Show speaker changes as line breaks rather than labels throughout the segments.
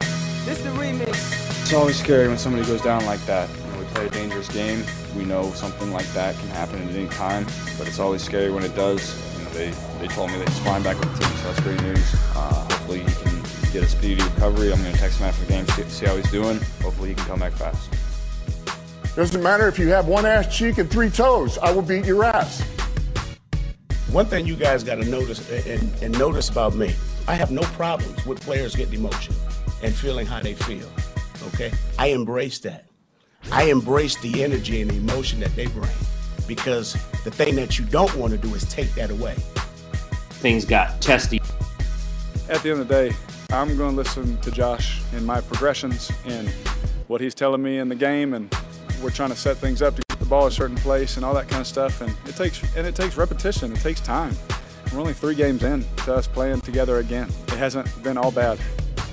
This the remix.
It's always scary when somebody goes down like that. You know, we play a dangerous game. We know something like that can happen at any time, but it's always scary when it does. You know, they, they told me that he's flying back with the team, so that's great news. Uh, hopefully he can get a speedy recovery. I'm going to text him after the game, see, see how he's doing. Hopefully he can come back fast.
Doesn't matter if you have one ass cheek and three toes. I will beat your ass.
One thing you guys got to notice and, and notice about me, I have no problems with players getting emotional and feeling how they feel. Okay, I embrace that. I embrace the energy and the emotion that they bring because the thing that you don't want to do is take that away.
Things got testy.
At the end of the day, I'm going to listen to Josh and my progressions and what he's telling me in the game, and we're trying to set things up to get the ball a certain place and all that kind of stuff. And it takes and it takes repetition. It takes time. We're only three games in to us playing together again. It hasn't been all bad.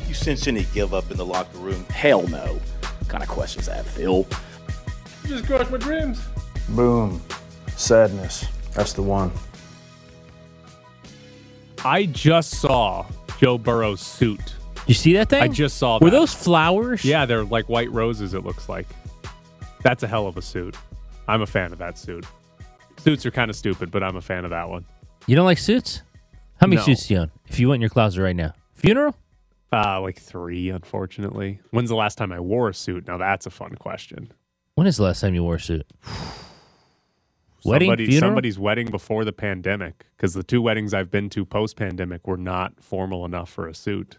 You sense any give up in the locker room?
Hell no. What kind of questions that, Phil?
You just crushed my dreams.
Boom. Sadness. That's the one.
I just saw Joe Burrow's suit.
You see that thing?
I just saw
Were
that.
those flowers?
Yeah, they're like white roses, it looks like. That's a hell of a suit. I'm a fan of that suit. Suits are kind of stupid, but I'm a fan of that one.
You don't like suits? How many
No.
suits do you own? If you went in your closet right now, funeral?
Uh, like three, unfortunately. When's the last time I wore a suit? Now that's a fun question.
When is the last time you wore a suit? Wedding,
Somebody-
funeral?
Somebody's wedding before the pandemic, because the two weddings I've been to post pandemic were not formal enough for a suit.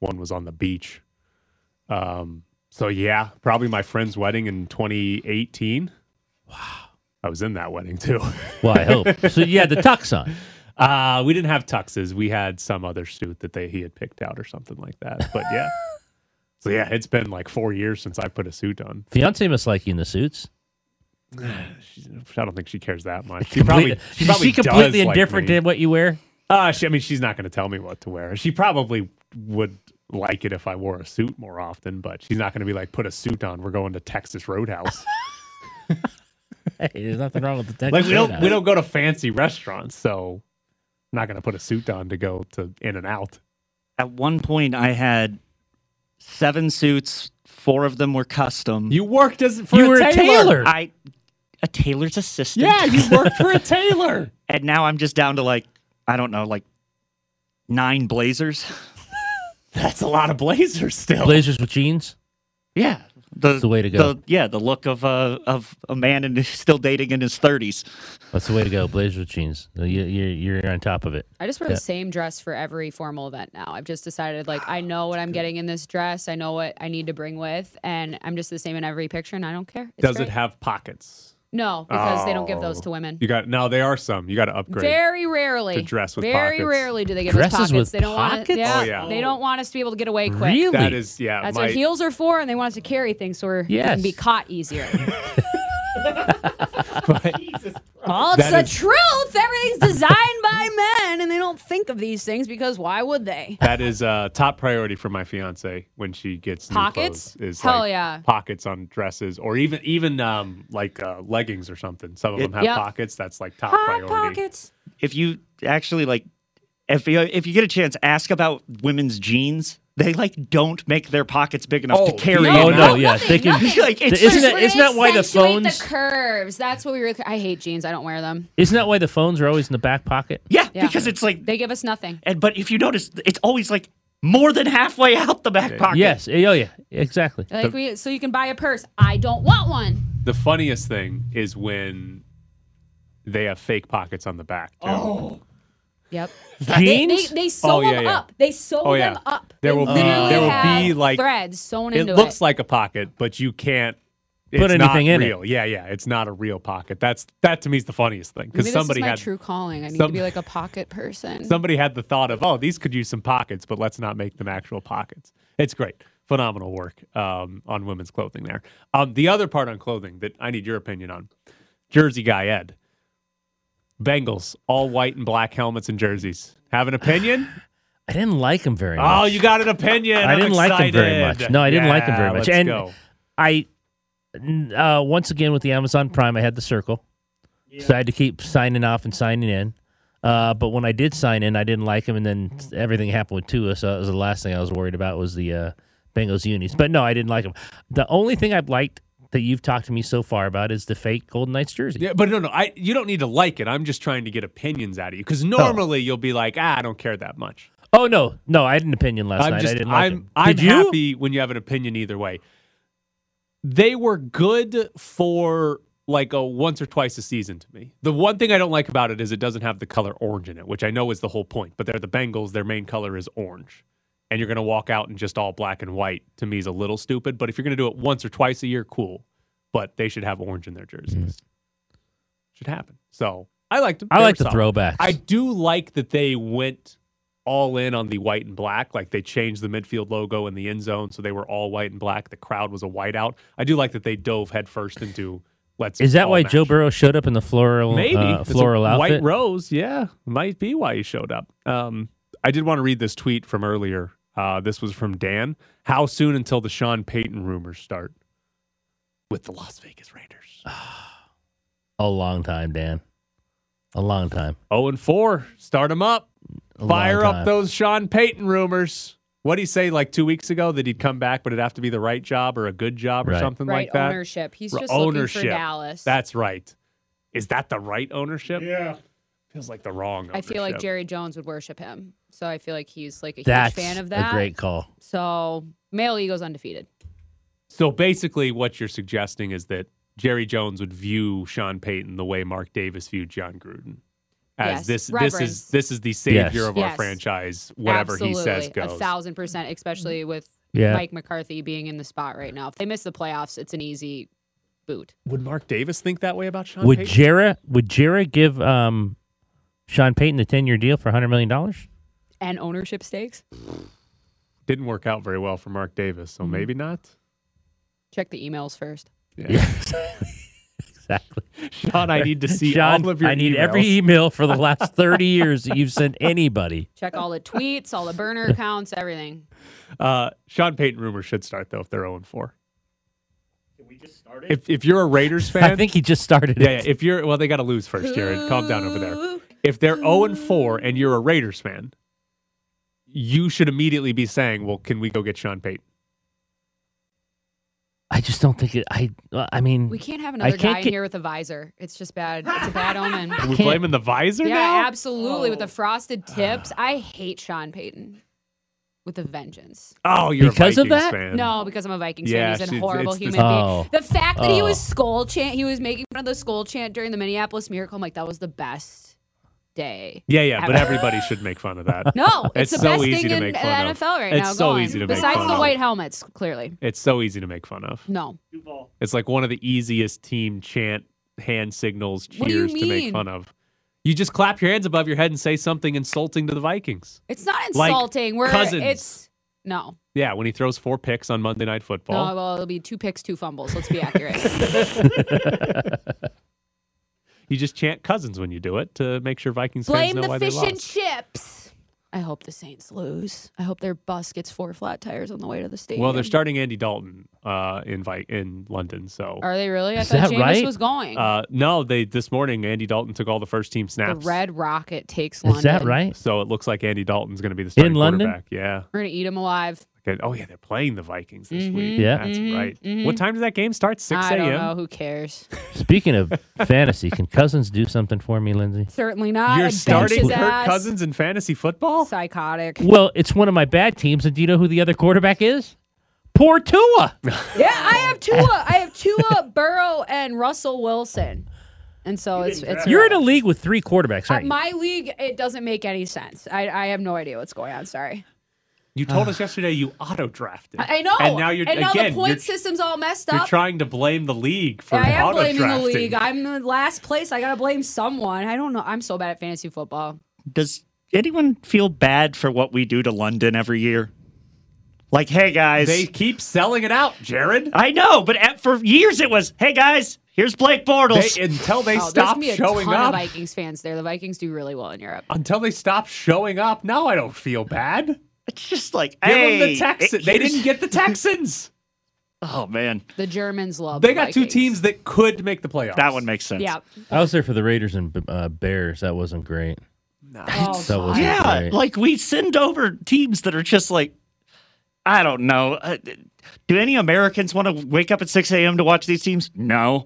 One was on the beach. Um, so yeah, probably my friend's wedding in 2018. Wow, I was in that wedding too.
Well, I hope. So you had the tux on.
Uh, we didn't have tuxes. We had some other suit that they he had picked out or something like that. But yeah. So yeah, it's been like four years since I put a suit on.
Fiance must like you in the suits.
She, I don't think she cares that much. She
Complete-
probably, she
is
probably
she completely
does like
indifferent
me.
to what you wear?
Uh, she, I mean, she's not going to tell me what to wear. She probably would like it if I wore a suit more often, but she's not going to be like, put a suit on. We're going to Texas Roadhouse.
Hey, there's nothing wrong with the
like we don't we don't go to fancy restaurants, so I'm not going to put a suit on to go to In and Out.
At one point, I had seven suits. Four of them were custom.
You worked as
for You a were a tailor. tailor.
I a tailor's assistant.
Yeah, you worked for a tailor.
and now I'm just down to like I don't know, like nine blazers.
That's a lot of blazers still.
Blazers with jeans.
Yeah, the,
That's the way to go.
the- yeah, the look of uh, of a man and still dating in his thirties.
That's the way to go. Blazers with jeans. You, you, you're on top of it.
I just wear
Yeah.
the same dress for every formal event now. I've just decided, like,
Ah,
I know what I'm getting in this dress. I know what I need to bring with, and I'm just the same in every picture, and I don't care. It's
Does
great.
it have pockets?
No, because they don't give those
Oh.
to women.
You got no. They are some. You got to upgrade.
Very rarely.
To dress with
Very
pockets.
rarely do they give
Dresses
us pockets.
with
they don't want.
pockets?
Yeah,
Oh, yeah.
They don't want us to be able to get away quick.
Really?
That is yeah.
That's
my-
what heels are for, and they want us to carry things so we're, we
Yes.
can be caught easier. Oh, it's
That
the
is-
truth. Everything's designed by men, and they don't think of these things because why would they?
that is uh, top priority for my fiance when she gets new
Pockets?
clothes, is
Hell
like,
yeah.
pockets on dresses or even even um, like uh, leggings or something. Some of them have
Yep.
pockets. That's like top
Hot
priority.
pockets.
If you actually like, if you if you get a chance, ask about women's jeans. They like don't make their pockets big enough to
Oh,
carry.
Oh
it
no,
out.
yeah.
nothing,
They can,
nothing.
Like, it's
isn't
just-
that, isn't that why the
Accentuate
phones?
The curves. That's what we were. I hate jeans. I don't wear them.
isn't that why the phones are always in the back pocket?
Yeah,
Yeah.
because it's like,
They give us nothing.
and but if you notice, it's always like more than halfway out the back pocket.
Yes. Oh yeah. Exactly.
Like we, so you can buy a purse. I don't want one.
The funniest thing is when they have fake pockets on the back. Too. Oh,
Yep. They, they,
Jeans.
they sew
Oh, yeah,
them
yeah.
up. They sew
Oh, yeah.
them up.
There
They
will be-
literally
there will
have
be, like-
threads sewn
it
into
looks
it.
like a pocket, but you can't.
Put
it's not
anything in it.
real. Yeah, yeah. It's not a real pocket. That's that to me is the funniest thing
Maybe
because
this
somebody
is my
had
true calling. I need
some-
to be like a pocket person.
somebody had the thought of, oh, these could use some pockets, but let's not make them actual pockets. It's great. Phenomenal work um, on women's clothing there. Um, the other part on clothing that I need your opinion on Jersey guy Ed. Bengals, all white and black helmets and jerseys. Have an opinion?
I didn't like them very much.
oh, you got an opinion.
I
I'm
didn't like them very
excited.
much. No, I didn't like them very
Yeah,
much.
let's
And-
go.
I n- uh, once again with the Amazon Prime, I had the circle, so I had to keep signing off and signing in. Uh, but when I did sign in, I didn't like him, and then everything happened with Tua. So that was the last thing I was worried about was the uh, Bengals unis. But no, I didn't like them. The only thing I've liked that you've talked to me so far about is the fake Golden Knights jersey.
Yeah, but no, no, I you don't need to like it. I'm just trying to get opinions out of you because normally you'll be like, ah, I don't care that much.
Oh no, no, I had an opinion last
I'm
night.
just,
I didn't like
I'm,
it.
I'm
Did you?
happy when you have an opinion either way. They were good for like a once or twice a season to me. The one thing I don't like about it is it doesn't have the color orange in it, which I know is the whole point. But they're the Bengals; their main color is orange, and you're going to walk out in just all black and white. To me, is a little stupid. But if you're going to do it once or twice a year, cool. But they should have orange in their jerseys. Should happen. So I liked them.
Mm. I
They
like
were
the
solid.
throwbacks.
I do like that they went all in on the white and black. Like they changed the midfield logo in the end zone, so they were all white and black. The crowd was a whiteout. I do like that they dove headfirst into let's.
Is that
all
why
match.
Joe Burrow showed up in the floral
Maybe
uh,
It's a
floral outfit?
White rose, yeah, might be why he showed up. Um, I did want to read this tweet from earlier. Uh, this was from Dan. How soon until the Sean Payton rumors start with the Las Vegas Raiders?
Uh. A long time, Dan. A long time.
Oh and four. Start him up.
A long
Fire
time.
up those Sean Payton rumors. What did he say like two weeks ago that he'd come back, but it'd have to be the right job or a good job or
Right.
something
Right
like that?
ownership. He's
Ri-
just looking for Dallas.
That's right. Is that the right ownership?
Yeah.
Feels like the wrong
I
ownership.
feel like Jerry Jones would worship him. So I feel like he's like a
That's
huge fan
a
of that.
great call.
So male ego's undefeated.
So basically, what you're suggesting is that Jerry Jones would view Sean Payton the way Mark Davis viewed John Gruden,
Yes,
as this this is
reverence.
this is the savior
Yes.
of our
Yes.
franchise. Whatever he says
Absolutely.
goes.
A thousand percent, especially with
Yeah.
Mike McCarthy being in the spot right now. If they miss the playoffs, it's an easy boot.
Would Mark Davis think that way about Sean
Would
Payton?
Jera would Jera give um, Sean Payton a ten year deal for hundred million dollars?
And ownership stakes.
Didn't work out very well for Mark Davis,
Mm-hmm.
so maybe not.
Check the emails first.
Exactly.
Sean, I need to see
Sean,
all of your
I need every e-
emails.
email for the last thirty years that you've sent anybody.
Check all the tweets, all the burner accounts, everything.
Uh, Sean Payton rumors should start though if they're 0 4. Can we just start
it?
If, if you're a Raiders fan,
I think he just started.
yeah, yeah.
it.
If you're well, they got to lose first, Jared. Calm down over there. If they're 0 and 4 and you're a Raiders fan, you should immediately be saying, "Well, can we go get Sean Payton?"
I just don't think it. I. I mean,
We can't have
I
another
can't
guy in
get-
here with a visor. It's just bad. It's a bad omen.
Are we Oh. Ah. blaming the visor
yeah,
now?
absolutely. With the frosted tips, I hate Sean Payton with a vengeance.
Oh, you're
Because
a
of
Vikings
that?
fan.
No, because I'm a Vikings
Yeah,
fan. He's
she's-
a horrible
it's the-
human being.
Oh.
The fact that he was
Oh.
skull chant, he was making fun of the skull chant during the Minneapolis Miracle. I'm like, that was the best day.
Yeah, yeah, but
ever.
everybody should make fun of that.
No, it's, the
so
best
easy
thing
to
in
make
the
fun
NFL
of.
right
it's
now.
so
going.
easy to make
Besides
fun
the
of.
white helmets, clearly.
It's so easy to make fun of.
No.
It's like one of the easiest team chant hand signals,
What do you
cheers to make
mean?
fun of. You just clap your hands above your head and say something insulting to the Vikings.
It's not
Like
insulting. We're
cousins.
it's no.
Yeah, when he throws four picks on Monday Night
No,
Football.
well, it'll be two picks, two fumbles. Let's be accurate.
you just chant cousins when you do it to make sure Vikings
Blame
fans know why
the fish
they lost.
and chips. I hope the Saints lose. I hope their bus gets four flat tires on the way to the stadium.
well, they're starting Andy Dalton uh, in Vi- in London. So
Are they really? I
Is
thought
that
Jameis
right?
was going.
Uh, no, they this morning Andy Dalton took all the first team
the
snaps.
Red Rocket takes London.
So it looks like Andy Dalton's going to be the starting
London?
quarterback. Yeah.
We're gonna eat them alive.
Okay. Oh yeah, they're playing the Vikings this
Mhm,
week.
Yeah.
that's
mhm,
right.
mhm.
What time does that game start? Six
I don't
a.m.
know. Who cares?
Speaking of fantasy, can Cousins do something for me, Lindsay?
Certainly not.
You're
I'd bench
starting
his
Kirk
ass.
Cousins in fantasy football.
Psychotic.
Well, it's one of my bad teams, and do you know who the other quarterback is? Poor Tua.
Yeah, I have Tua. I have Tua, Burrow, and Russell Wilson. And so it's it's
You're in a league with three quarterbacks,
At
aren't you?
my league, it doesn't make any sense. I, I have no idea what's going on. Sorry.
You told us yesterday you auto drafted.
I I know.
And now you're
and now
again.
the point
you're,
system's all messed
you're
up.
trying to blame the league for
I am
auto
blaming the
drafting.
league. I'm in last place. I gotta blame someone. I don't know. I'm so bad at fantasy football.
Does anyone feel bad for what we do to London every year? Like, hey guys,
They keep selling it out, Jared.
Oh,
I know, but at, for years it was, hey guys, here's Blake Bortles.
They- until they
Oh, there's
stop
gonna be a
showing
ton
up.
of Vikings fans there. The Vikings do really well in Europe.
Until they stop showing up. Now I don't feel bad.
It's just like,
Give
hey,
them the Texans.
it-
They
here's-
didn't get the Texans.
Oh man,
The Germans love.
They
the
got two
Vikings.
teams that could make the playoffs.
that one makes sense.
Yeah.
I was there for the Raiders and uh, Bears. That wasn't great.
Oh,
That wasn't
yeah,
great.
like we send over teams that are just like, I don't know. Uh, do any Americans want to wake up at 6 a.m. to watch these teams? No.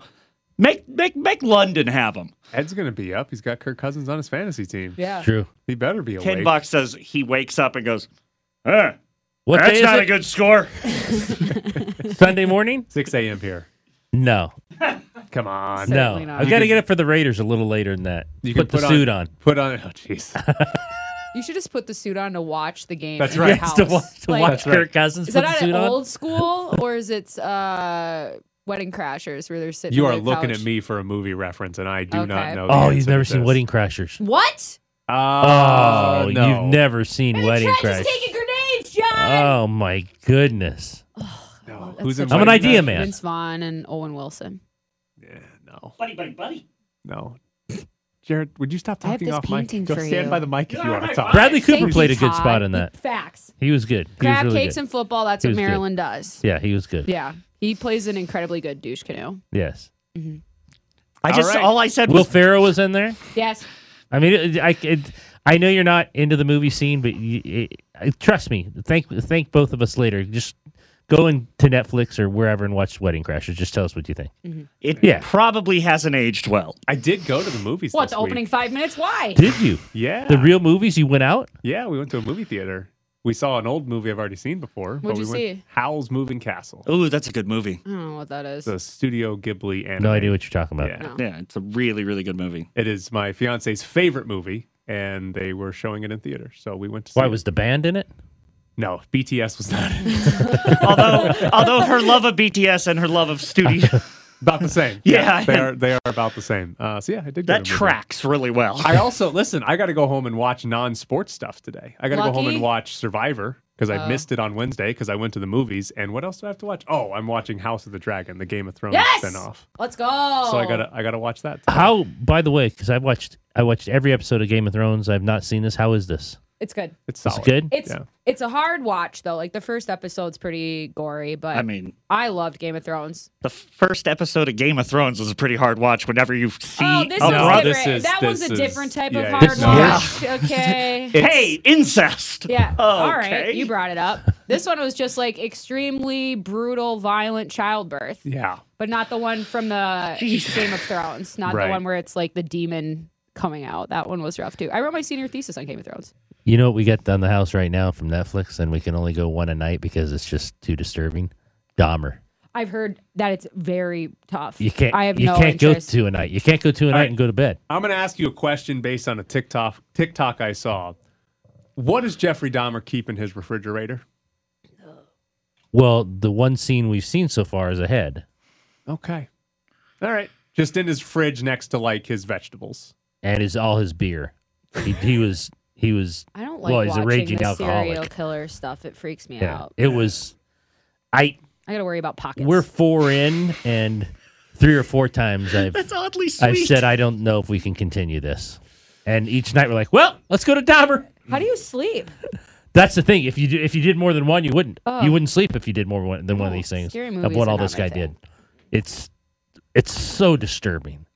Make make make London have them.
Ed's going to be up. He's got Kirk Cousins on his fantasy team.
Yeah.
True.
He better be awake.
Ken Buck says he wakes up and goes, eh,
What
that's
day is
not
it?"
a good score.
Sunday morning?
6 a.m. here.
No.
Come on.
No. I've got to get up for the Raiders a little later than that.
You
put
can
the
put on-
suit on.
Put on. Oh, jeez.
You should just put the suit on to watch the game.
That's
in
right.
Your
Yes,
house.
to watch- to watch That's right. Kirk
Cousins
Is
put
that
the
at
suit on?
old school or is it uh, Wedding Crashers where they're sitting?
You
on
are
the
looking
couch?
at me for a movie reference, and I do
Okay.
not know. the
Oh,
answer
you've never
to
seen
this.
Wedding Crashers.
What?
Ah,
oh,
no.
you've never seen Wedding
Trenches
Crashers.
taking grenades, John. Oh,
Oh my goodness.
That's
Who's
such
in
a-
I'm an
Wedding
idea
Crashers?
man.
Vince Vaughn and Owen Wilson.
buddy, buddy, buddy.
No. Jared, would you stop
I have
talking
this
off mic?
painting
Go
for
stand
you.
by the mic if you want to talk.
Bradley Cooper
Thank
played
you,
a good spot
Todd.
in that.
Facts.
He was good. He
Crab
was really
cakes
good.
and football. That's
He
what
was good.
Maryland does.
Yeah, he was good.
Yeah. He plays an incredibly good douche canoe.
Yes.
I just, all, I said
Will
was,
Ferrell was in there.
Yes.
I mean, it, I it, I know you're not into the movie scene, but you, it, I- trust me. Thank thank both of us later. Just go into Netflix or wherever and watch Wedding Crashers. Just tell us what you think.
it
Yeah.
probably hasn't aged well.
I did go to the movies.
What,
this
the opening
Week.
five minutes? Why?
Did you?
Yeah.
The real movies you went out?
Yeah, we went to a movie theater. We saw an old movie I've already seen before. but
What'd
we
you
went
see?
Howl's Moving Castle.
Ooh, that's a good movie.
I don't know Hmm, what that is.
It's a Studio Ghibli anime.
No idea what you're talking about.
Yeah.
Yeah, it's a really, really good movie.
It is my fiance's favorite movie, and they were showing it in theater. So we went to see
Why
it.
was the band in it?
No, BTS was not in it.
although, although her love of BTS and her love of studio,
about the same.
Yeah,
They
and-
are, they are about the same. Uh, so, yeah, I did go to
that
a movie.
tracks really well.
I also listen. I got to go home and watch non-sports stuff today. I got to go home
Lucky.
and watch Survivor because I
Oh.
missed it on Wednesday because I went to the movies. And what else do I have to watch? Oh, I'm watching House of the Dragon, the Game of Thrones
Yes!
spinoff.
Let's go.
So I gotta I gotta watch that.
How? By the way, because I watched I watched every episode of Game of Thrones. I've not seen this. How is this?
It's good.
It's
It's
solid.
good?
It's
yeah.
it's a hard watch though. Like the first episode's pretty gory, but
I mean,
I loved Game of Thrones.
the first episode of Game of Thrones was a pretty hard watch. Whenever you see,
Oh, this
a
one's
brother-
different.
this is-
that one's
this
a
is-
different type
yeah,
of hard
it's-
watch. Okay.
hey, incest.
Yeah. All
Okay.
right. You brought it up. This one was just like extremely brutal, violent childbirth,
Yeah.
but not the one from the
Jeez.
Game of Thrones. Not
Right.
the one where it's like the demon coming out. That one was rough too. I wrote my senior thesis on Game of Thrones.
You know what we got on the house right now from Netflix, and we can only go one a night because it's just too disturbing. Dahmer.
I've heard that it's very tough.
You can't.
I have
you
no
can't
interest.
go two a night. You can't go two a night
right.
and go to bed.
I'm gonna ask you a question based on a TikTok TikTok I saw. What does Jeffrey Dahmer keep in his refrigerator?
Well, the one scene we've seen so far is a head,
Okay. All right. Just in his fridge next to like his vegetables.
and is all his beer. He, he was. He was.
I don't like
well, he's
watching
a raging
the serial
alcoholic.
killer stuff. It freaks me
Yeah.
out.
It was. I.
I got to worry about pockets.
We're four in, and three or four times I've.
That's oddly sweet.
I've said I don't know if we can continue this, and each night we're like, well, let's go to Dahmer.
How do you sleep?
That's the thing. If you do, if you did more than one, you wouldn't.
Oh.
You wouldn't sleep if you did more one, than one of these things.
scary
Of
movies
what
are
all
not
this
my
guy
thing.
did, it's it's so disturbing.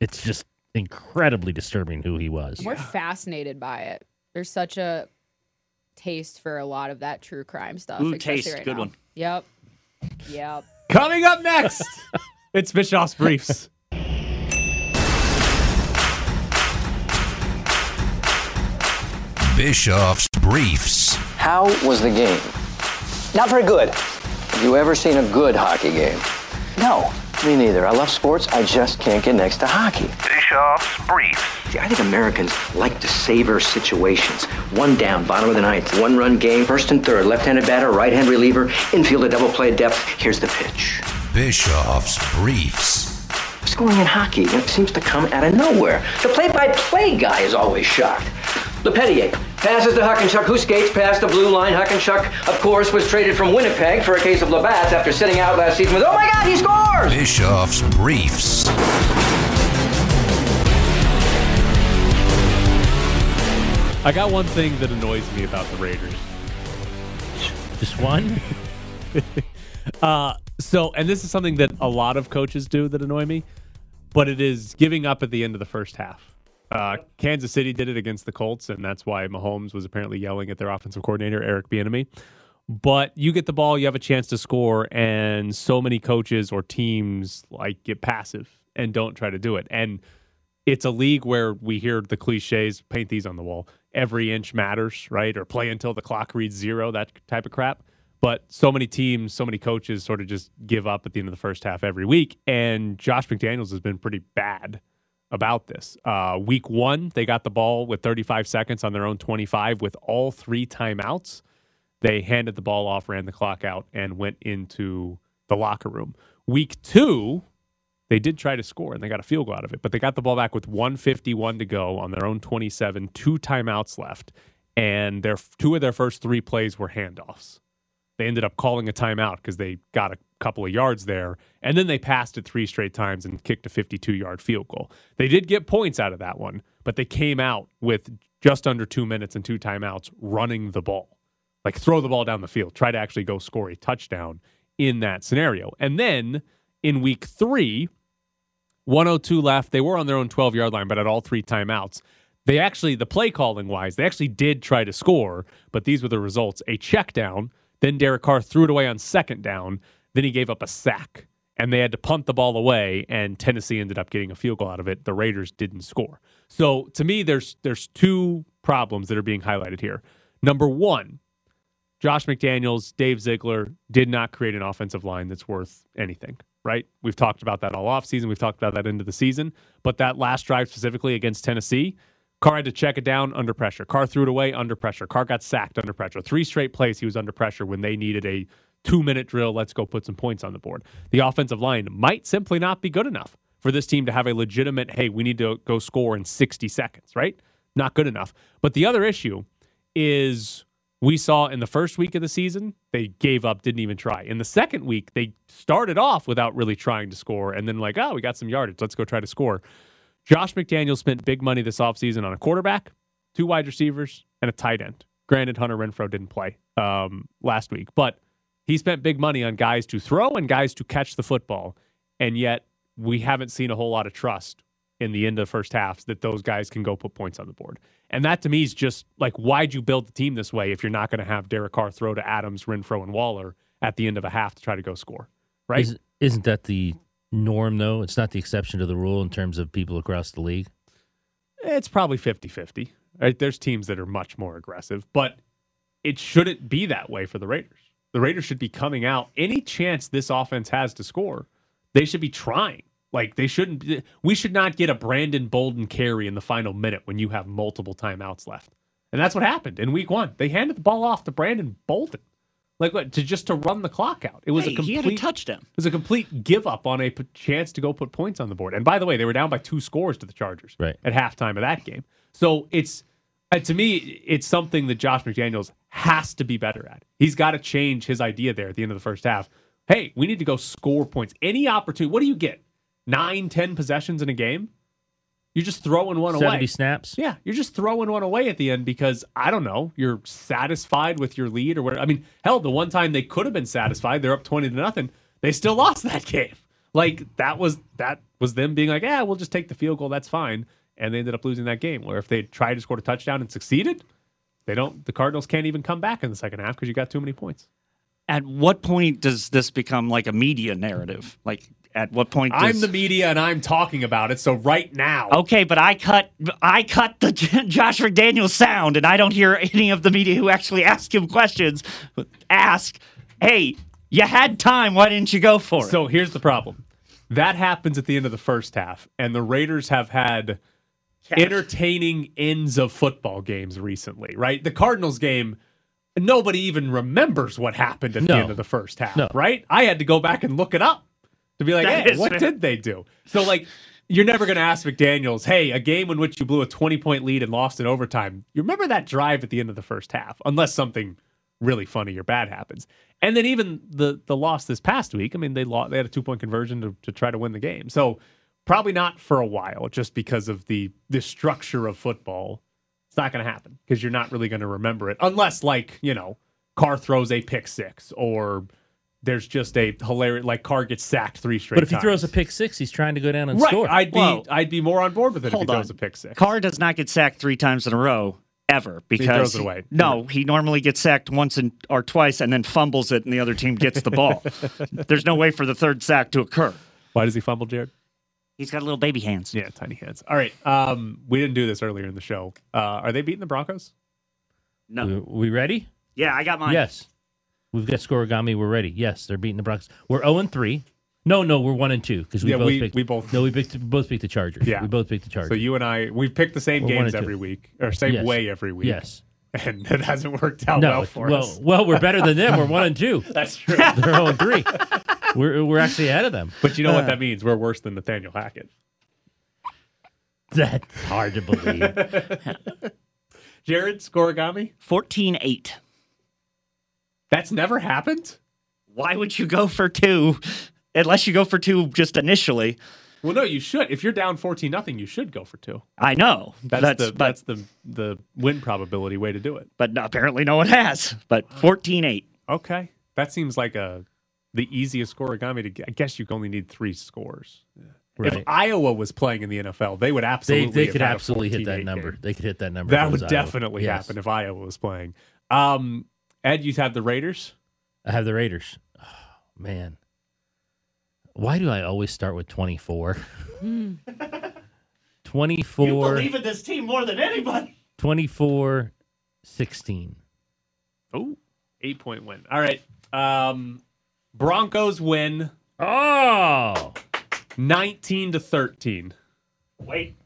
it's just incredibly disturbing who he was.
We're fascinated by it. There's such a taste for a lot of that true crime stuff.
Ooh,
especially
taste.
right
Good
now.
one.
Yep. Yep.
Coming up next, it's Bischoff's Briefs.
Bischoff's Briefs.
How was the game? Not very good. Have you ever seen a good hockey game? No, me neither. I love sports. I just can't get next to hockey.
Bischoff's Briefs.
See, I think Americans like to savor situations. One down, bottom of the ninth, one run game, first and third, left handed batter, right hand reliever, infield a double play depth. Here's the pitch.
Bischoff's Briefs.
Scoring in hockey it seems to come out of nowhere. The play by play guy is always shocked. LePetier passes to Huckenchuck, who skates past the blue line. Huckenchuck, of course, was traded from Winnipeg for a case of Labatt's after sitting out last season with, oh my God, he scores!
Bischoff's Briefs.
I got one thing that annoys me about the Raiders.
Just one.
Uh, so, and this is something that a lot of coaches do that annoy me, but it is giving up at the end of the first half. Uh, Kansas City did it against the Colts, and that's why Mahomes was apparently yelling at their offensive coordinator, Eric Bieniemy. but you get the ball, you have a chance to score, and so many coaches or teams like get passive and don't try to do it. And it's a league where we hear the cliches, paint these on the wall. Every inch matters, right? Or play until the clock reads zero, that type of crap. But so many teams, so many coaches sort of just give up at the end of the first half every week. And Josh McDaniels has been pretty bad about this. Uh, week one, they got the ball with 35 seconds on their own 25 with all three timeouts. They handed the ball off, ran the clock out, and went into the locker room. Week two, they did try to score and they got a field goal out of it, but they got the ball back with 151 to go on their own 27, two timeouts left, and their two of their first three plays were handoffs. They ended up calling a timeout because they got a couple of yards there, and then they passed it three straight times and kicked a 52 yard field goal. They did get points out of that one, but they came out with just under two minutes and two timeouts running the ball. Like throw the ball down the field, try to actually go score a touchdown in that scenario. And then in week three, 102 left. They were on their own 12 yard line, but at all three timeouts, they actually, the play calling wise, they actually did try to score, but these were the results a check down. Then Derek Carr threw it away on second down. Then he gave up a sack, and they had to punt the ball away, and Tennessee ended up getting a field goal out of it. The Raiders didn't score. So to me, there's there's two problems that are being highlighted here. Number one, Josh McDaniels, Dave Ziegler did not create an offensive line that's worth anything right? We've talked about that all offseason. We've talked about that into the season. But that last drive specifically against Tennessee, Carr had to check it down under pressure. Carr threw it away under pressure. Carr got sacked under pressure. Three straight plays he was under pressure when they needed a two minute drill. Let's go put some points on the board. The offensive line might simply not be good enough for this team to have a legitimate, hey, we need to go score in 60 seconds, right? Not good enough. But the other issue is we saw in the first week of the season, they gave up, didn't even try. In the second week, they started off without really trying to score and then, like, oh, we got some yardage. Let's go try to score. Josh McDaniel spent big money this offseason on a quarterback, two wide receivers, and a tight end. Granted, Hunter Renfro didn't play um, last week, but he spent big money on guys to throw and guys to catch the football. And yet, we haven't seen a whole lot of trust in the end of the first half that those guys can go put points on the board. And that to me is just like, why'd you build the team this way if you're not going to have Derek Carr throw to Adams, Renfro, and Waller at the end of a half to try to go score? Right?
Isn't, isn't that the norm, though? It's not the exception to the rule in terms of people across the league?
It's probably 50 50. Right? There's teams that are much more aggressive, but it shouldn't be that way for the Raiders. The Raiders should be coming out any chance this offense has to score, they should be trying. Like they shouldn't. We should not get a Brandon Bolden carry in the final minute when you have multiple timeouts left, and that's what happened in Week One. They handed the ball off to Brandon Bolden, like what, to just to run the clock out. It was
hey,
a complete
a touchdown.
It was a complete give up on a p- chance to go put points on the board. And by the way, they were down by two scores to the Chargers
right.
at halftime of that game. So it's uh, to me, it's something that Josh McDaniels has to be better at. He's got to change his idea there at the end of the first half. Hey, we need to go score points. Any opportunity. What do you get? nine, ten possessions in a game, you're just throwing one
70
away.
70 snaps.
Yeah, you're just throwing one away at the end because I don't know, you're satisfied with your lead or whatever. I mean, hell, the one time they could have been satisfied, they're up twenty to nothing, they still lost that game. Like that was that was them being like, yeah, we'll just take the field goal, that's fine, and they ended up losing that game. Where if they tried to score a touchdown and succeeded, they don't. The Cardinals can't even come back in the second half because you got too many points.
At what point does this become like a media narrative? Like at what point
does... I'm the media and I'm talking about it. So right now,
okay, but I cut I cut the Josh McDaniels sound, and I don't hear any of the media who actually ask him questions ask, "Hey, you had time. Why didn't you go for it?"
So here's the problem: that happens at the end of the first half, and the Raiders have had. Yes. Entertaining ends of football games recently, right? The Cardinals game, nobody even remembers what happened at no. the end of the first half, no. right? I had to go back and look it up to be like, hey, what did they do? So like, you're never going to ask McDaniel's, hey, a game in which you blew a 20 point lead and lost in overtime. You remember that drive at the end of the first half, unless something really funny or bad happens. And then even the the loss this past week. I mean, they lost. They had a two point conversion to, to try to win the game. So probably not for a while, just because of the the structure of football. It's not going to happen because you're not really going to remember it, unless like you know, Carr throws a pick six or there's just a hilarious like Carr gets sacked three straight.
But if
times.
he throws a pick six, he's trying to go down and
right.
score.
I'd be Whoa. I'd be more on board with it
Hold
if he
on.
throws a pick six.
Carr does not get sacked three times in a row ever because
throws it away.
no, he normally gets sacked once and or twice and then fumbles it, and the other team gets the ball. There's no way for the third sack to occur.
Why does he fumble, Jared?
He's got little baby hands.
Yeah, tiny hands. All right. Um, we didn't do this earlier in the show. Uh, are they beating the Broncos?
No.
We ready?
Yeah, I got mine.
Yes. We've got Scorigami. We're ready. Yes, they're beating the Broncos. We're 0 and 3. No, no, we're 1 and 2 because we,
Yeah,
both
we-
picked,
we both-
No, we picked, both picked the Chargers.
Yeah.
We both picked the Chargers.
So you and I, we've picked the same
We're one
games
and two.
every week, or same
Yes.
way every week.
Yes.
And it hasn't worked out
no,
well for
well,
us.
well, we're better than them. We're 1 and 2.
That's true.
They're 0 and 3. We're, we're actually ahead of them.
But you know what that means? We're worse than Nathaniel Hackett.
That's hard to believe.
Jared Scorigami?
14 8.
That's never happened?
Why would you go for two unless you go for two just initially?
Well, no, you should. If you're down 14 nothing, you should go for two.
I know.
That's, the
but,
that's the the win probability way to do it.
but apparently no one has. But 14 8.
Okay. That seems like a the easiest scoregami to get. I guess you only need three scores. If
Right.
Iowa was playing in the NFL, they would
They,
absolutely
they
have
could
had a
absolutely hit that
14-8
number.
game.
They could hit that number. if
That
it
would
was Iowa.
definitely
Yes.
happen if Iowa was playing. Um, Ed, you have the Raiders.
I have the Raiders. Oh, man. Why do I always start with 24?
Hmm.
24,
in this team more than anybody.
24, 16.
Oh, eight point win. All right. Um, Broncos win
Oh,
19 to 13.
Wait.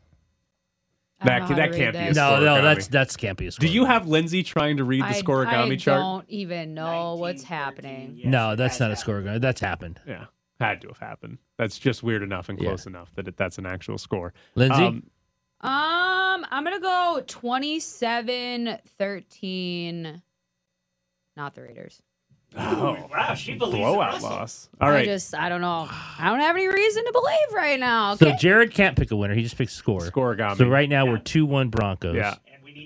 I don't
That,
know
that
how to read
can't be a
this.
No, no,
scoregami.
that's that's can't be a score.
Do you have Lindsay trying to read the
I,
scoregami
I
chart?
don't even know what's happening.
no, that's not a score. That's happened.
Yeah, had to have happened. That's just weird enough and close enough that it, that's an actual score.
Lindsay?
Um,
Um, I'm gonna go 27 13. Not the Raiders.
oh,
Wow, she believes
blowout loss. All
I
right.
just, I don't know. I don't have any reason to believe right now.
So
Okay.
Jared can't pick a winner. He just picks a score.
Scoregami.
So right now we're two one Broncos.
Yeah.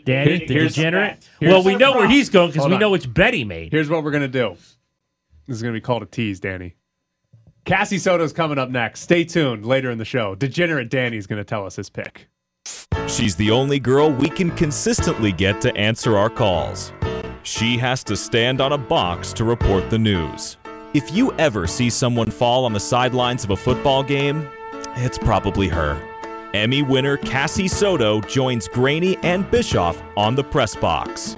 Danny,
Here-
the
here's-
degenerate.
here's-
well, we know where he's going because
Hold
we
on.
know which bet he made.
Here's what we're gonna do. This is gonna be called a tease, Danny. Cassie Soto's coming up next. Stay tuned later in the show. Degenerate Danny's gonna tell us his pick.
She's the only girl we can consistently get to answer our calls. She has to stand on a box to report the news. If you ever see someone fall on the sidelines of a football game, it's probably her. Emmy winner Cassie Soto joins Graney and Bischoff on the press box.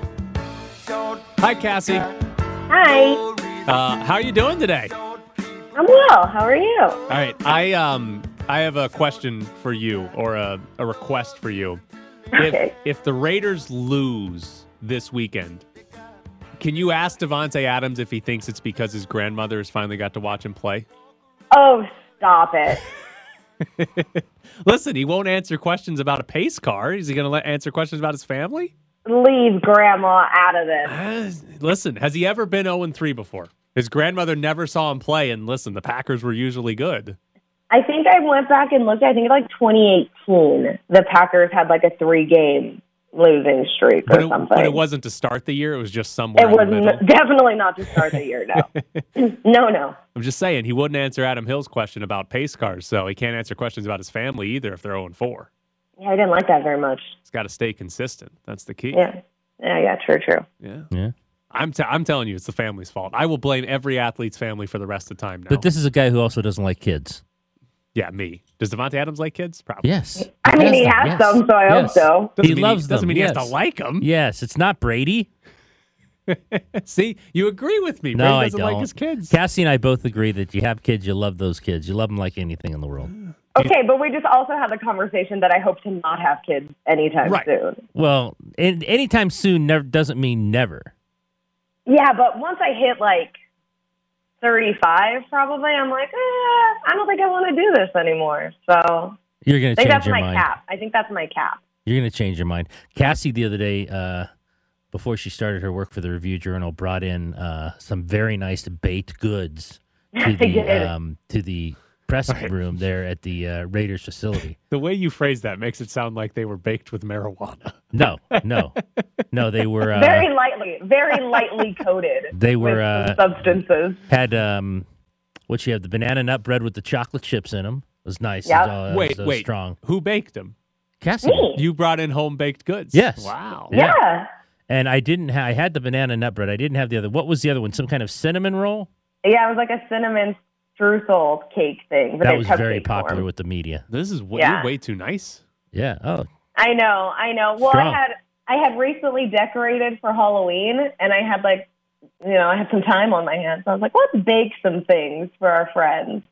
Hi, Cassie.
Hi.
Uh, how are you doing today?
I'm well. How are you?
All right, I um I have a question for you or a, a request for you. If
Okay.
if the Raiders lose this weekend, can you ask Devontae Adams if he thinks it's because his grandmother has finally got to watch him play?
Oh, stop it.
Listen, he won't answer questions about a pace car. Is he going to let answer questions about his family?
Leave grandma out of this.
Uh, listen, has he ever been 0 3 before? His grandmother never saw him play, and listen, the Packers were usually good.
I think I went back and looked. I think like 2018, the Packers had like a three game losing streak or
But it,
something.
but it wasn't to start the year, it was just somewhere.
It
in the
was
middle.
n- definitely not to start the year, no. no, no.
I'm just saying he wouldn't answer Adam Hill's question about pace cars, so he can't answer questions about his family either if they're 0 4.
Yeah, I didn't like that very much.
He's got to stay consistent. That's the key.
Yeah. Yeah, yeah, true, true.
Yeah.
Yeah.
I'm, t- I'm telling you, it's the family's fault. I will blame every athlete's family for the rest of time now.
But this is a guy who also doesn't like kids.
yeah, me. Does Devontae Adams like kids? Probably.
Yes.
I mean, he
Yes,
has
yes,
some, so I
yes.
hope so.
Doesn't
he
mean
loves them.
Doesn't mean
yes.
he has to like them.
Yes, it's not Brady.
See, you agree with me.
No,
Brady
I
doesn't
don't.
like his kids.
Cassie and I both agree that you have kids, you love those kids, you love them like anything in the world.
Okay, but we just also had the conversation that I hope to not have kids anytime
Right.
soon.
Well, and anytime soon never doesn't mean never.
Yeah, but once I hit like 35, probably, I'm like, eh, I don't think I want to do this anymore. So
You're gonna
I think
change
that's
your
my
mind.
cap. I think that's my cap.
You're gonna change your mind. Cassie the other day, uh, before she started her work for the Review Journal, brought in uh, some very nice baked goods to
I
the
did.
um, to the press room there at the uh, Raiders facility.
The way you phrase that makes it sound like they were baked with marijuana.
No, no, no. They were uh,
very lightly, very lightly coated.
They were,
with
uh,
some substances.
had um, what you have the banana nut bread with the chocolate chips in them was nice. It was
Yep.
all- it
wait,
was, uh,
wait.
strong.
Who baked them?
Cassie.
Me.
You brought in home baked goods.
Yes.
Wow.
Yeah.
And I didn't have, I had the banana nut bread. I didn't have the other. What was the other one? Some kind of cinnamon roll?
Yeah, it was like a cinnamon streusel cake thing. But
that
in
was very
cupcake
popular
form.
with the media.
This is way,
Yeah.
way too nice.
Yeah. Oh,
I know, I know. Well,
Strong.
I had I had recently decorated for Halloween, and I had like, you know, I had some time on my hands. So I was like, let's bake some things for our friends.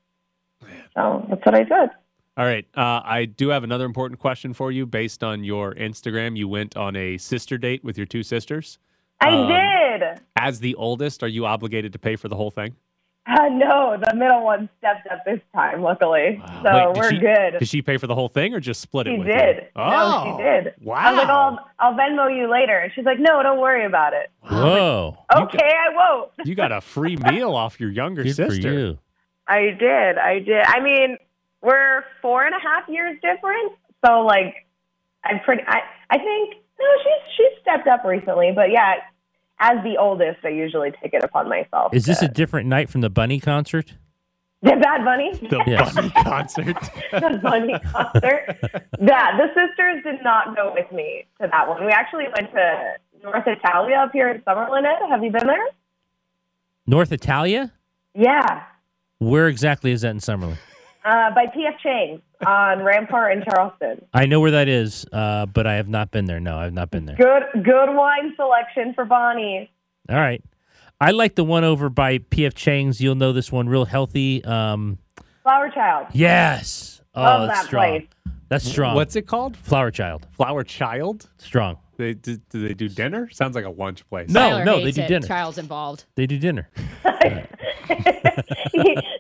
So that's what I did.
All right. Uh, I do have another important question for you. Based on your Instagram, you went on a sister date with your two sisters.
I
Um,
did.
As the oldest, are you obligated to pay for the whole thing?
Uh, no, the middle one stepped up this time, luckily.
Wait,
So
did
we're
she-
good.
Did she pay for the whole thing or just split it
She
with
did.
you? Oh,
No, she did. I was like, I'll, I'll Venmo you later. And she's like, no, don't worry about it.
whoa.
Okay, I won't.
You got a free meal off your younger
Good for
sister.
you.
I did. I did. I mean, we're four and a half years different. So like, I'm pretty. I I think no, she's she's stepped up recently, but yeah, as the oldest, I usually take it upon myself.
Is this
to-
a different night from the bunny concert?
the Bad Bunny?
Yes.
concert.
the Bunny concert. Yeah, the sisters did not go with me to that one. We actually went to North Italia up here in Summerlin. Ed. Have you been there?
North Italia?
Yeah,
Where exactly is that in Summerlin?
uh, by P.F. Chang's on Rampart in Charleston.
I know where that is, uh, but I have not been there. No, I have not been there.
Good good wine selection for Bonnie.
All right. I like the one over by PF Chang's. You'll know this one real healthy. Um,
Flower Child.
yes. Oh,
Love
that's
that
strong.
place.
That's strong.
What's it called?
Flower Child.
Flower Child?
Strong.
They do, do they do dinner? Sounds like a lunch place.
No,
Tyler
no,
hates
they do
it.
dinner.
Child's involved.
They do dinner.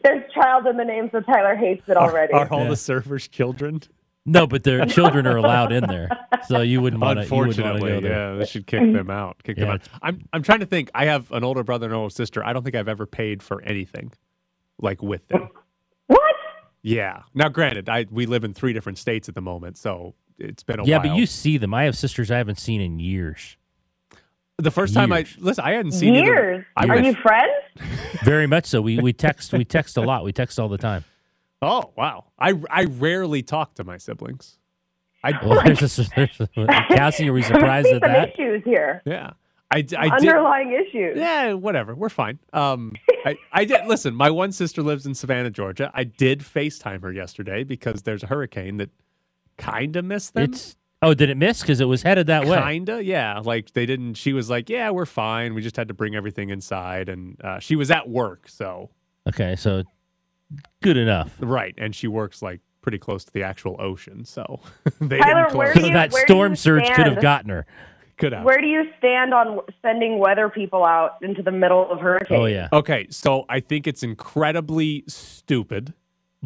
There's child in the name, so Tyler hates it already.
Are all the servers children?
No, but their children are allowed in there, so you wouldn't want to.
Unfortunately,
go there.
yeah, they should
Mm.
kick them out. Kick them
Yeah,
out. I'm I'm trying to think. I have an older brother and an older sister. I don't think I've ever paid for anything, like with them.
What?
Yeah. Now, granted, I we live in three different states at the moment, so it's been a
yeah,
while.
but you see them. I have sisters I haven't seen in years.
the first time I
years.
listen, I hadn't seen either-
Years.
I
Are
was-
you friends?
Very much so. We we text we text a lot. We text all the time.
Oh wow. I I rarely talk to my siblings. I
Well, there's a, s- there's a- Cassie, are we surprised
I see
at
some
that?
issues here.
yeah. I, d- I did.
Underlying issues.
Yeah, whatever. We're fine. Um, I, I did listen. My one sister lives in Savannah, Georgia. I did FaceTime her yesterday because there's a hurricane that kind of missed them.
It's oh, did it miss? Because it was headed that way.
Kinda, yeah. Like they didn't. She was like, "Yeah, we're fine. We just had to bring everything inside." And uh, she was at work, so
Okay, so good enough.
right. And she works like pretty close to the actual ocean, so they
Tyler,
didn't close.
Where do
so
you-
that
where do
storm
you
surge could have
stand?
gotten her.
Could have.
Where do you stand on w- sending weather people out into the middle of hurricanes?
Oh yeah.
Okay, so I think it's incredibly stupid,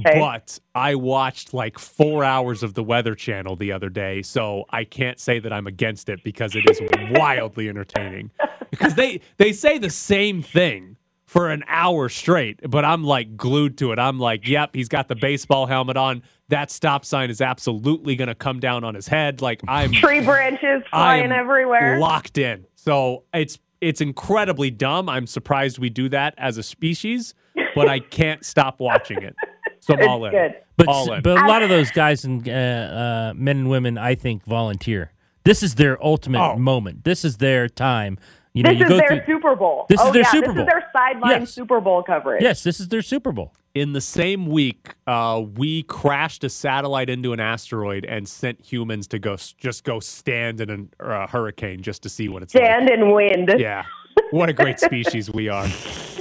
Okay.
but I watched like four hours of the Weather Channel the other day, so I can't say that I'm against it because it is wildly entertaining. Because they they say the same thing for an hour straight, but I'm like glued to it. I'm like, yep, he's got the baseball helmet on. That stop sign is absolutely going to come down on his head. Like I'm
Tree branches
I
flying
am
everywhere.
Locked in. So it's it's incredibly dumb. I'm surprised we do that as a species, but I can't stop watching it. So I'm
It's
all in.
good.
But s-
all in.
but a lot of those guys and uh, uh, men and women, I think, volunteer. This is their ultimate
Oh.
moment. This is their time. You know,
this
you
is
go
their
through.
Super Bowl.
This is
oh,
their
yeah,
Super
This
Bowl.
is their sideline
Yes.
Super Bowl coverage.
Yes, this is their Super Bowl.
In the same week, uh, we crashed a satellite into an asteroid and sent humans to go s- just go stand in an- or a hurricane just to see what it's
Sand and wind.
like. Yeah. What a great species we are.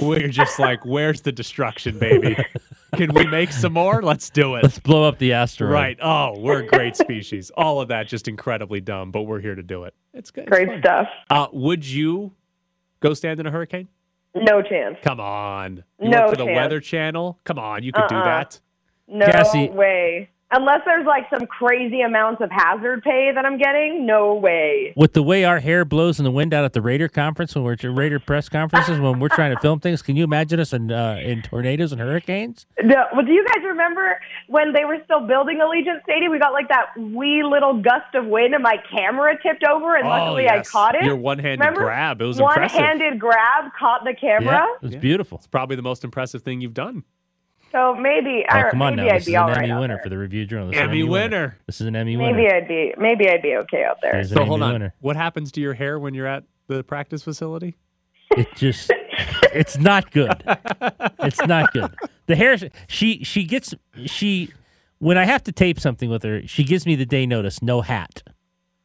We're just like, where's the destruction, baby? Can we make some more? Let's do it.
Let's blow up the asteroid.
Right. Oh, we're a great species. All of that just incredibly dumb, but we're here to do it. It's good. It's
Great
fun.
stuff.
Uh, would you go stand in a hurricane?
No chance.
Come on. You
No
work for the
chance.
Weather Channel? Come on, you could do
Uh-uh.
that.
No
Cassie-
way. Unless there's like some crazy amounts of hazard pay that I'm getting, no way.
With the way our hair blows in the wind out at the Raider conference when we're at Raider press conferences when we're trying to film things, can you imagine us in uh, in tornadoes and hurricanes?
No. Well, do you guys remember when they were still building Allegiant Stadium? We got like that wee little gust of wind, and my camera tipped over, and
Oh,
luckily
yes.
I caught it.
Your one-handed
Remember?
grab. It was impressive.
one-handed grab caught the camera. Oh,
it was beautiful.
It's probably the most impressive thing you've done.
It's
So maybe,
Oh,
I,
come on
maybe
now.
I'd
This is
be all
an
right.
Emmy
out
winner
there.
for the review journal. This is an
Emmy winner.
This is an Emmy
Maybe
winner.
I'd be, maybe I'd be okay out there.
There's an
So
Emmy
hold on.
winner.
What happens to your hair when you're at the practice facility?
It just, it's not good. It's not good. The hair, she, she gets, she, when I have to tape something with her, she gives me the day notice, no hat.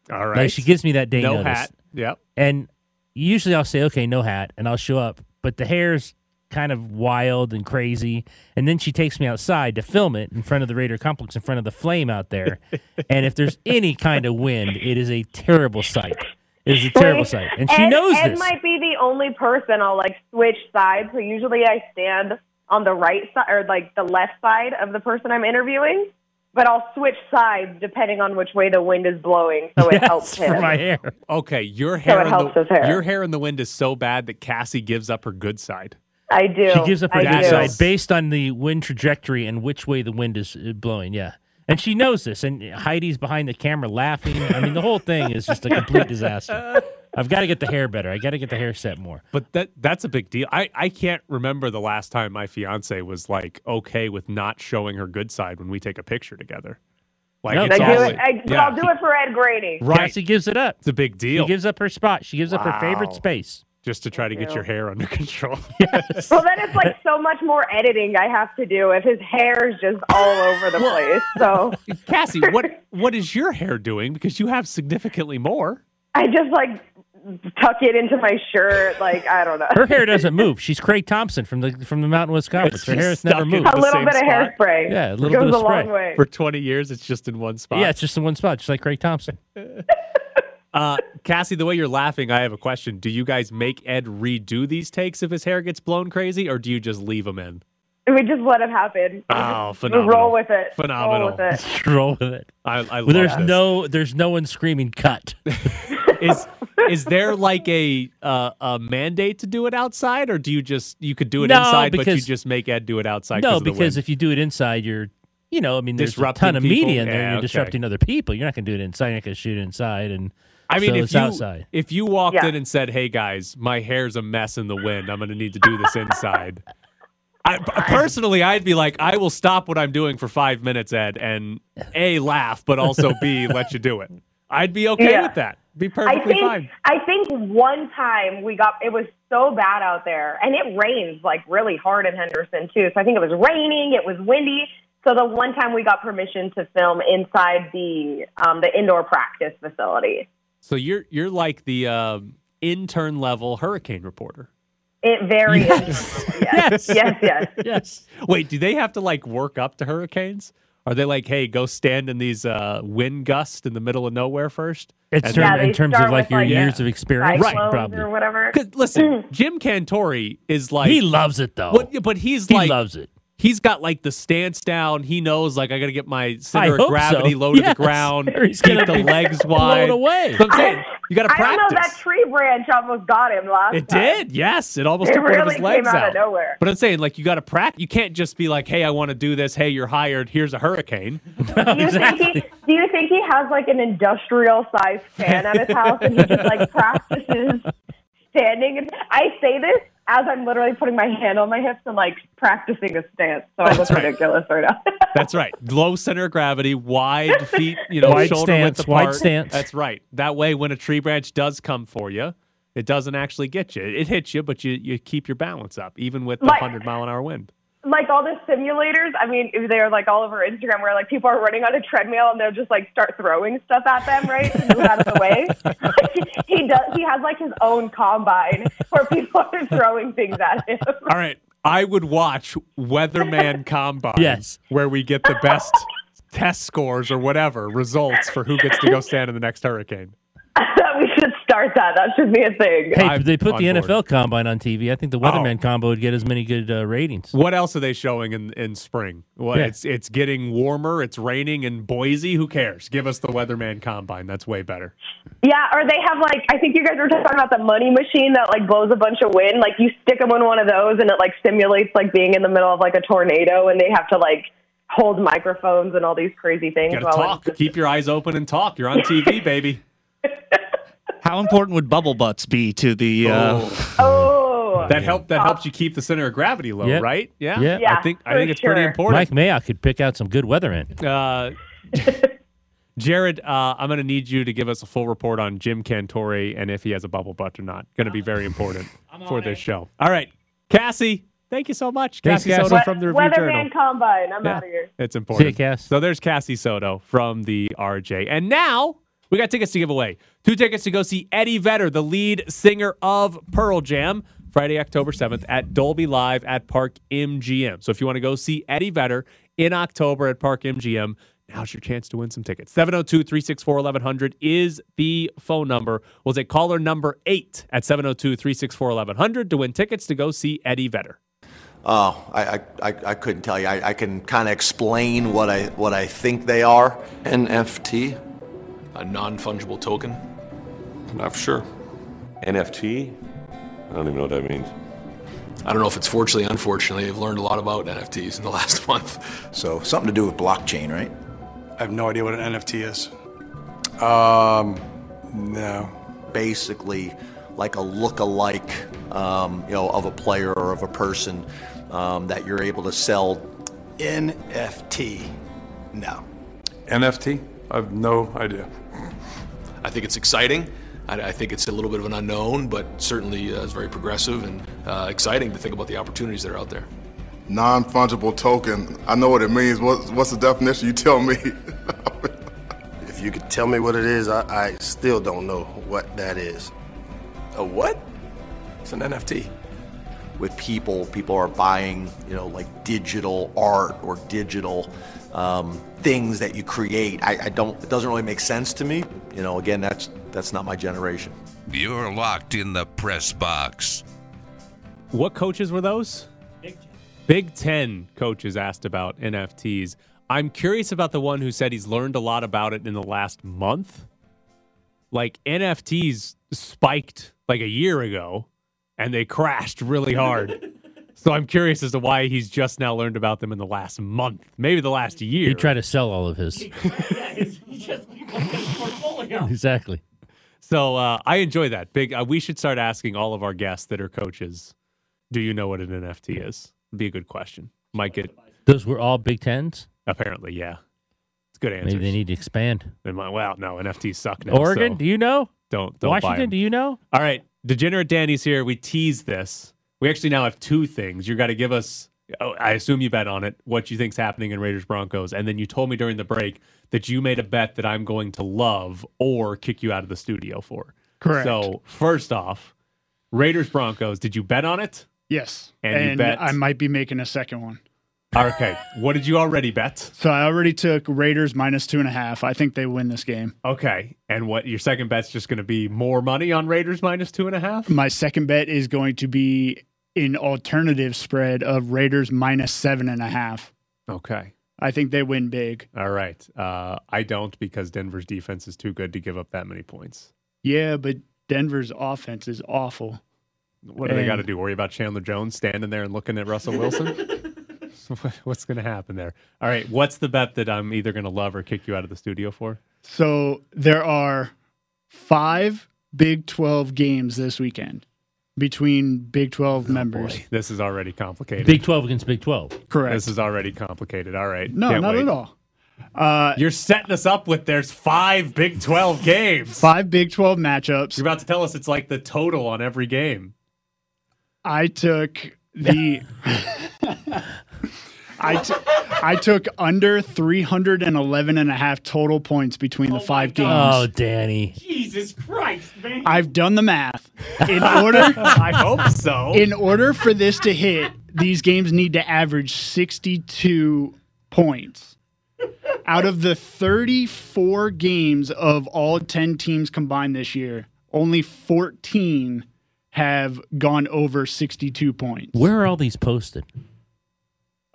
All
Like
right.
she gives me that day
No
notice.
hat. Yep.
And usually I'll say, okay, no hat, and I'll show up. But the hair's kind of wild and crazy. And then she takes me outside to film it in front of the Raider complex, in front of the flame out there. and if there's any kind of wind, it is a terrible sight. It is a terrible sight. And she
Ed,
knows
Ed
this.
might be the only person I'll like switch sides. So usually I stand on the right side or like the left side of the person I'm interviewing, but I'll switch sides depending on which way the wind is blowing, so it helps him.
hair.
Okay, your hair.
it
in
helps
the,
his hair.
Your hair in the wind is so bad that Cassie gives up her good side.
I do.
She gives up her
I
good
do.
side based on the wind trajectory and which way the wind is uh, blowing. Yeah. And she knows this. And Heidi's behind the camera laughing. I mean, the whole thing is just a complete disaster. I've got to get the hair better. I got to get the hair set more.
But that that's a big deal. I, I can't remember the last time my fiance was like okay with not showing her good side when we take a picture together. Like
No,
I
it's
do
always-
it. I,
yeah.
I'll do it for Ed Grady.
Right.
Cassie gives it up.
It's a big deal.
She gives up her spot. She gives up her
Wow.
favorite space.
just to try to get
Yeah.
your hair under control.
Well, then it's like so much more editing I have to do if his hair is just all over the place. So
Cassie, what what is your hair doing? Because you have significantly more.
I just like tuck it into my shirt. Like I don't know.
Her hair doesn't move. She's Craig Thompson from the from the Mountain West Conference. Her
just
hair has
stuck
never
in
moved.
the
A little
same
bit of
spot.
hairspray.
Yeah, a
It
little
goes
bit of
a long
spray.
way.
For 20 years, it's just in one spot.
Yeah, it's just in one spot, just like Craig Thompson.
Uh, Cassie, the way you're laughing, I have a question. Do you guys make Ed redo these takes if his hair gets blown crazy, or do you just leave him in?
We just let it happen.
Oh,
We
phenomenal.
Roll with it.
Phenomenal.
Roll with it.
Roll with it.
I, I love
Well, there's
this.
no there's no one screaming cut.
is is there like a uh, a mandate to do it outside, or do you just you could do it
No,
inside, but you
because-
just make Ed do it outside?
no,
of the
because
wind?
if you do it inside, you're you know, I mean, there's
Disrupting
a ton of
people?
media in there.
Yeah,
and
okay.
you're disrupting other people. You're not going to do it inside. You're not going to shoot it inside. And
I mean,
so
if
it's
you
outside.
if you walked
Yeah.
in and said, "Hey guys, my hair's a mess in the wind. I'm going to need to do this inside." I, p- personally, I'd be like, "I will stop what I'm doing for five minutes, Ed, and a laugh, but also b let you do it." I'd be okay
Yeah.
with that. Be
I
perfectly
think
fine.
I think one time we got it was so bad out there, and it rains like really hard in Henderson too. So I think it was raining, it was windy. So the one time we got permission to film inside the um, the indoor practice facility,
So you're you're like the um, intern level hurricane reporter.
it very yes. yes yes
yes.
Wait, do they have to like work up to hurricanes? Are they like, hey, go stand in these uh, wind gusts in the middle of nowhere first?
It's
And
term-
then-
Yeah, they
in terms
start
of like
with,
your
like,
years of experience,
Cyclones
probably.
or whatever.
'Cause listen,
Mm.
Jim Cantori is like
he loves it though.
What, but he's
he
like
loves it.
he's got like the stance down. He knows like I gotta get my
I
center of
hope
gravity
so.
low to
Yes.
the ground.
Or he's
keep
gonna
the
be
legs
blown
wide.
away.
That's what I'm saying. You gotta
I don't know. That
practice.
tree branch almost got him last.
It
time.
did, yes. It almost
It
took one of
really
his legs
came out
out.
of nowhere.
But I'm saying, like, you got to practice. You can't just be like, "Hey, I want to do this. Hey, you're hired. Here's a hurricane."
Do you, think he, do you think he has like an industrial sized fan at his house and he just like practices standing? And I say this as I'm literally putting my hand on my hips and like practicing a stance. So I look ridiculous right now.
That's right. Low center of gravity, wide feet, you know,
Wide
shoulder width
stance, wide
apart.
stance.
That's right. That way, when a tree branch does come for you, it doesn't actually get you. It hits you, but you, you keep your balance up, even with the
Like-
100 mile an hour wind.
like all the simulators, I mean, they're like all over Instagram where like people are running on a treadmill and they'll just like start throwing stuff at them, right? To move out of the way. he does, he has like his own combine where people are throwing things at him.
All right. I would watch Weatherman Combine,
Yes.
where we get the best test scores or whatever results for who gets to go stand in the next hurricane.
we should start that. That should be a thing.
Hey,
I'm
they put
on
the
board. Oh.
NFL combine on TV. I think the Weatherman combo would get as many good uh, ratings.
What else are they showing in, in spring? Well,
Yeah.
it's it's getting warmer. It's raining in Boise. Who cares? Give us the Weatherman Combine. That's way better.
Yeah, or they have like I think you guys were talking about the money machine that like blows a bunch of wind. Like you stick them in one of those, and it like simulates like being in the middle of like a tornado, and they have to like hold microphones and all these crazy things.
Got to
while
talk. Keep your eyes open and talk. You're on TV, baby.
How important would bubble butts be to the? Uh,
it's- Oh,
that help that helps you keep the center of gravity low,
Yep.
right? Yeah.
Yep.
I think I think it's pretty important.
Mike Mayock could pick out some good weathermen.
Uh, Jared, uh, I'm going to need you to give us a full report on Jim Cantore and if he has a bubble butt or not. Going to be very important for this show. All right, Cassie, thank you so much.
Thanks,
Cassie
Cassie.
Soto from the Review Journal.
Weatherman Combine. I'm
Yeah.
out of here.
It's important. So there's Cassie Soto from the RJ. And now we got tickets to give away. Two tickets to go see Eddie Vedder, the lead singer of Pearl Jam, Friday, October 7th at Dolby Live at Park MGM. So if you want to go see Eddie Vedder in October at Park MGM, now's your chance to win some tickets. 702 364 1100 is the phone number. We'll take caller number eight at 702 364 1100 to win tickets to go see Eddie Vedder.
Oh, I, I, I I couldn't tell you. I, I can kind of explain what I what I think they are. NFT,
A non fungible token? Not for sure. NFT? I don't even know what that means. I don't know if it's fortunately, unfortunately. I've learned a lot about NFTs in the last month. So, something to do with blockchain, right?
I have no idea what an NFT is.
Um, no. Basically, like a look-alike, um, you know, of a player or of a person um, that you're able to sell. NFT. No.
NFT? I have no idea.
I think it's exciting. I, I think it's a little bit of an unknown, but certainly uh, it's very progressive and uh, exciting to think about the opportunities that are out there.
Non fungible token. I know what it means. What, what's the definition? You tell me.
If you could tell me what it is, I, I still don't know what that is. A what?
It's an NFT. With people, people are buying, you know, like digital art or digital um, things that you create. I, I don't. It doesn't really make sense to me. You know, again, that's that's not my generation.
You're locked in the press box.
What coaches were those? Big Ten. Big Ten coaches asked about NFTs. I'm curious about the one who said he's learned a lot about it in the last month. Like NFTs spiked like a year ago and they crashed really hard. so I'm curious as to why he's just now learned about them in the last month, maybe the last year.
He tried to sell all of his. exactly.
So uh, I enjoy that. Big. Uh, we should start asking all of our guests that are coaches, do you know what an NFT is? Would be a good question. Might get
Those were all Big Tens.
apparently, yeah. It's a good answer.
Maybe they need to expand.
They might. Wow, no, NFTs suck now.
Oregon,
so
do you know?
don't don't buy
Washington,
'em.
do you know?
All right, degenerate Danny's here. We tease this. We actually now have two things. You got to give us. Oh, I assume you bet on it. What you think's happening in Raiders Broncos, and then you told me during the break that you made a bet that I'm going to love or kick you out of the studio for.
Correct.
So first off, Raiders Broncos. Did you bet on it?
Yes.
And you bet-
I might be making a second one.
Okay. what did you already bet?
So I already took Raiders minus two and a half. I think they win this game.
Okay. And what your second bet's just going to be more money on Raiders minus two and a half.
My second bet is going to be an alternative spread of Raiders minus seven and a half.
Okay.
I think they win big.
All right. Uh, I don't because Denver's defense is too good to give up that many points.
Yeah, but Denver's offense is awful.
What do they
And-
got to do? Worry about Chandler Jones standing there and looking at Russell Wilson? What's going to happen there? All right. What's the bet that I'm either going to love or kick you out of the studio for?
So there are five Big 12 games this weekend between Big
Oh,
12 members.
This is already complicated.
Big 12 against Big 12.
Correct.
This is already complicated. All right.
No,
Can't
not
wait.
at all. Uh,
You're setting us up with there's five Big 12 games.
Five Big 12 matchups.
You're about to tell us it's like the total on every game.
I took the. I, t- I took under 311 and a half total points between the five games.
Oh, Danny.
Jesus Christ, man.
I've done the math. In order,
I hope so.
In order for this to hit, these games need to average 62 points. Out of the 34 games of all 10 teams combined this year, only 14 have gone over 62 points.
Where are all these posted?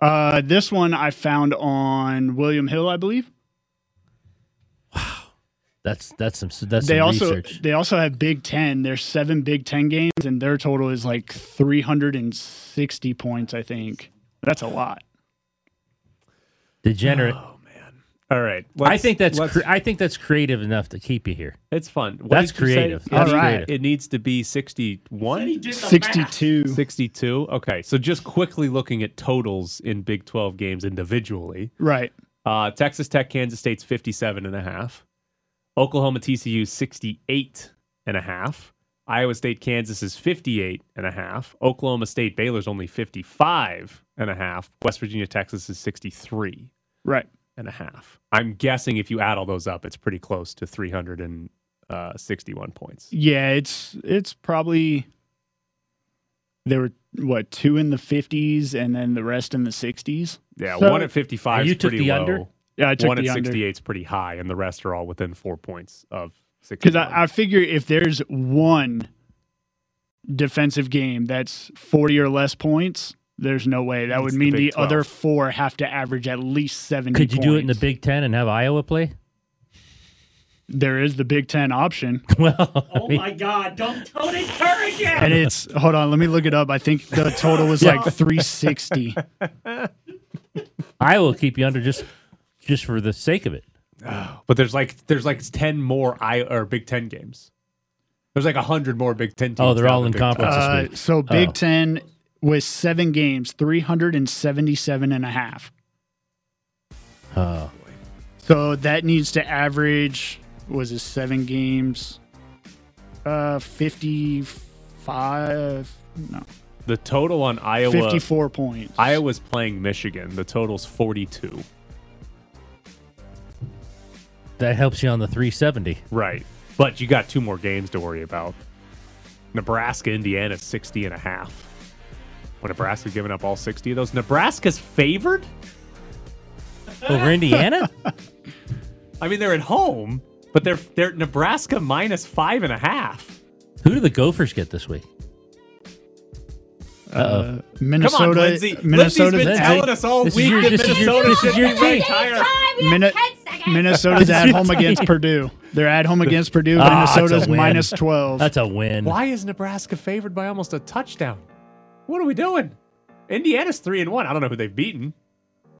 Uh, this one I found on William Hill, I believe.
That's that's some that's
they
some
also
research.
they also have Big Ten. There's seven Big Ten games, and their total is like 360 points. I think that's a lot.
Degenerate.
All All right.
I
let's-
think that's
let's-
cre- I think that's creative enough to keep you here.
It's fun. What
that's
did you say?
creative.
It
That's
need-
creative.
It needs to be 61?
did the
62.
62. Okay. So just quickly looking at totals in Big 12 games individually.
Right.
Uh, Texas Tech, Kansas State's 57 and a half. Oklahoma TCU 68 and a half. Iowa State, Kansas is 58 and a half. Oklahoma State, Baylor's only 55 and a half. West Virginia, Texas is 63
Right.
and a half. I'm guessing if you add all those up, it's pretty close to 361 uh, points.
Yeah, it's it's probably there were what two in the fifties and then the rest in the sixties.
Yeah, one at 55 is pretty low.
Yeah, I took
one
the
at
under.
68 is pretty high, and the rest are all within four points of six.
Because I, I figure if there's one defensive game that's 40 or less points, there's no way. That
It's
would
the
mean the,
Big 12.
other four have to average at least 70
Could you do it in the
points.
Big Ten and have Iowa play?
There is the Big Ten option.
Well,
Oh my God! Don't don't encourage it.
and it's, hold on, let me look it up. I think the total was like 360.
Iowa will keep you under just just for the sake of it.
But there's like there's like ten more I or Big Ten games. There's like hundred more Big Ten teams.
Oh, they're
now
all
than
in
Big 12.
conference this Oh.
Uh, so Big Ten was seven games, 377 and a half.
Oh.
So that needs to average was it seven games? Uh, fifty-five. No,
The total on Iowa
fifty-four points.
Iowa's playing Michigan. The total's forty two.
That helps you on the 370.
Right. But you got two more games to worry about. Nebraska, Indiana, 60 and a half. Well, Nebraska giving up all 60 of those. Nebraska's favored?
Over Indiana?
I mean, they're at home, but they're they're Nebraska minus five and a half.
Who do the Gophers get this week? Uh-oh.
Minnesota.
Come on, Lindsay.
Minnesota.
Lindsay's been telling us all
This is
week
your-
that
this is your-
Minnesota
this is
should
your
be
team.
ranked higher.
Minne- Minnesota's at home against Purdue. They're at home against Purdue. but
Ah, that's a
Minnesota's
win.
minus twelve.
That's a win.
Why is Nebraska favored by almost a touchdown? What are we doing? Indiana's three and one. I don't know who they've beaten.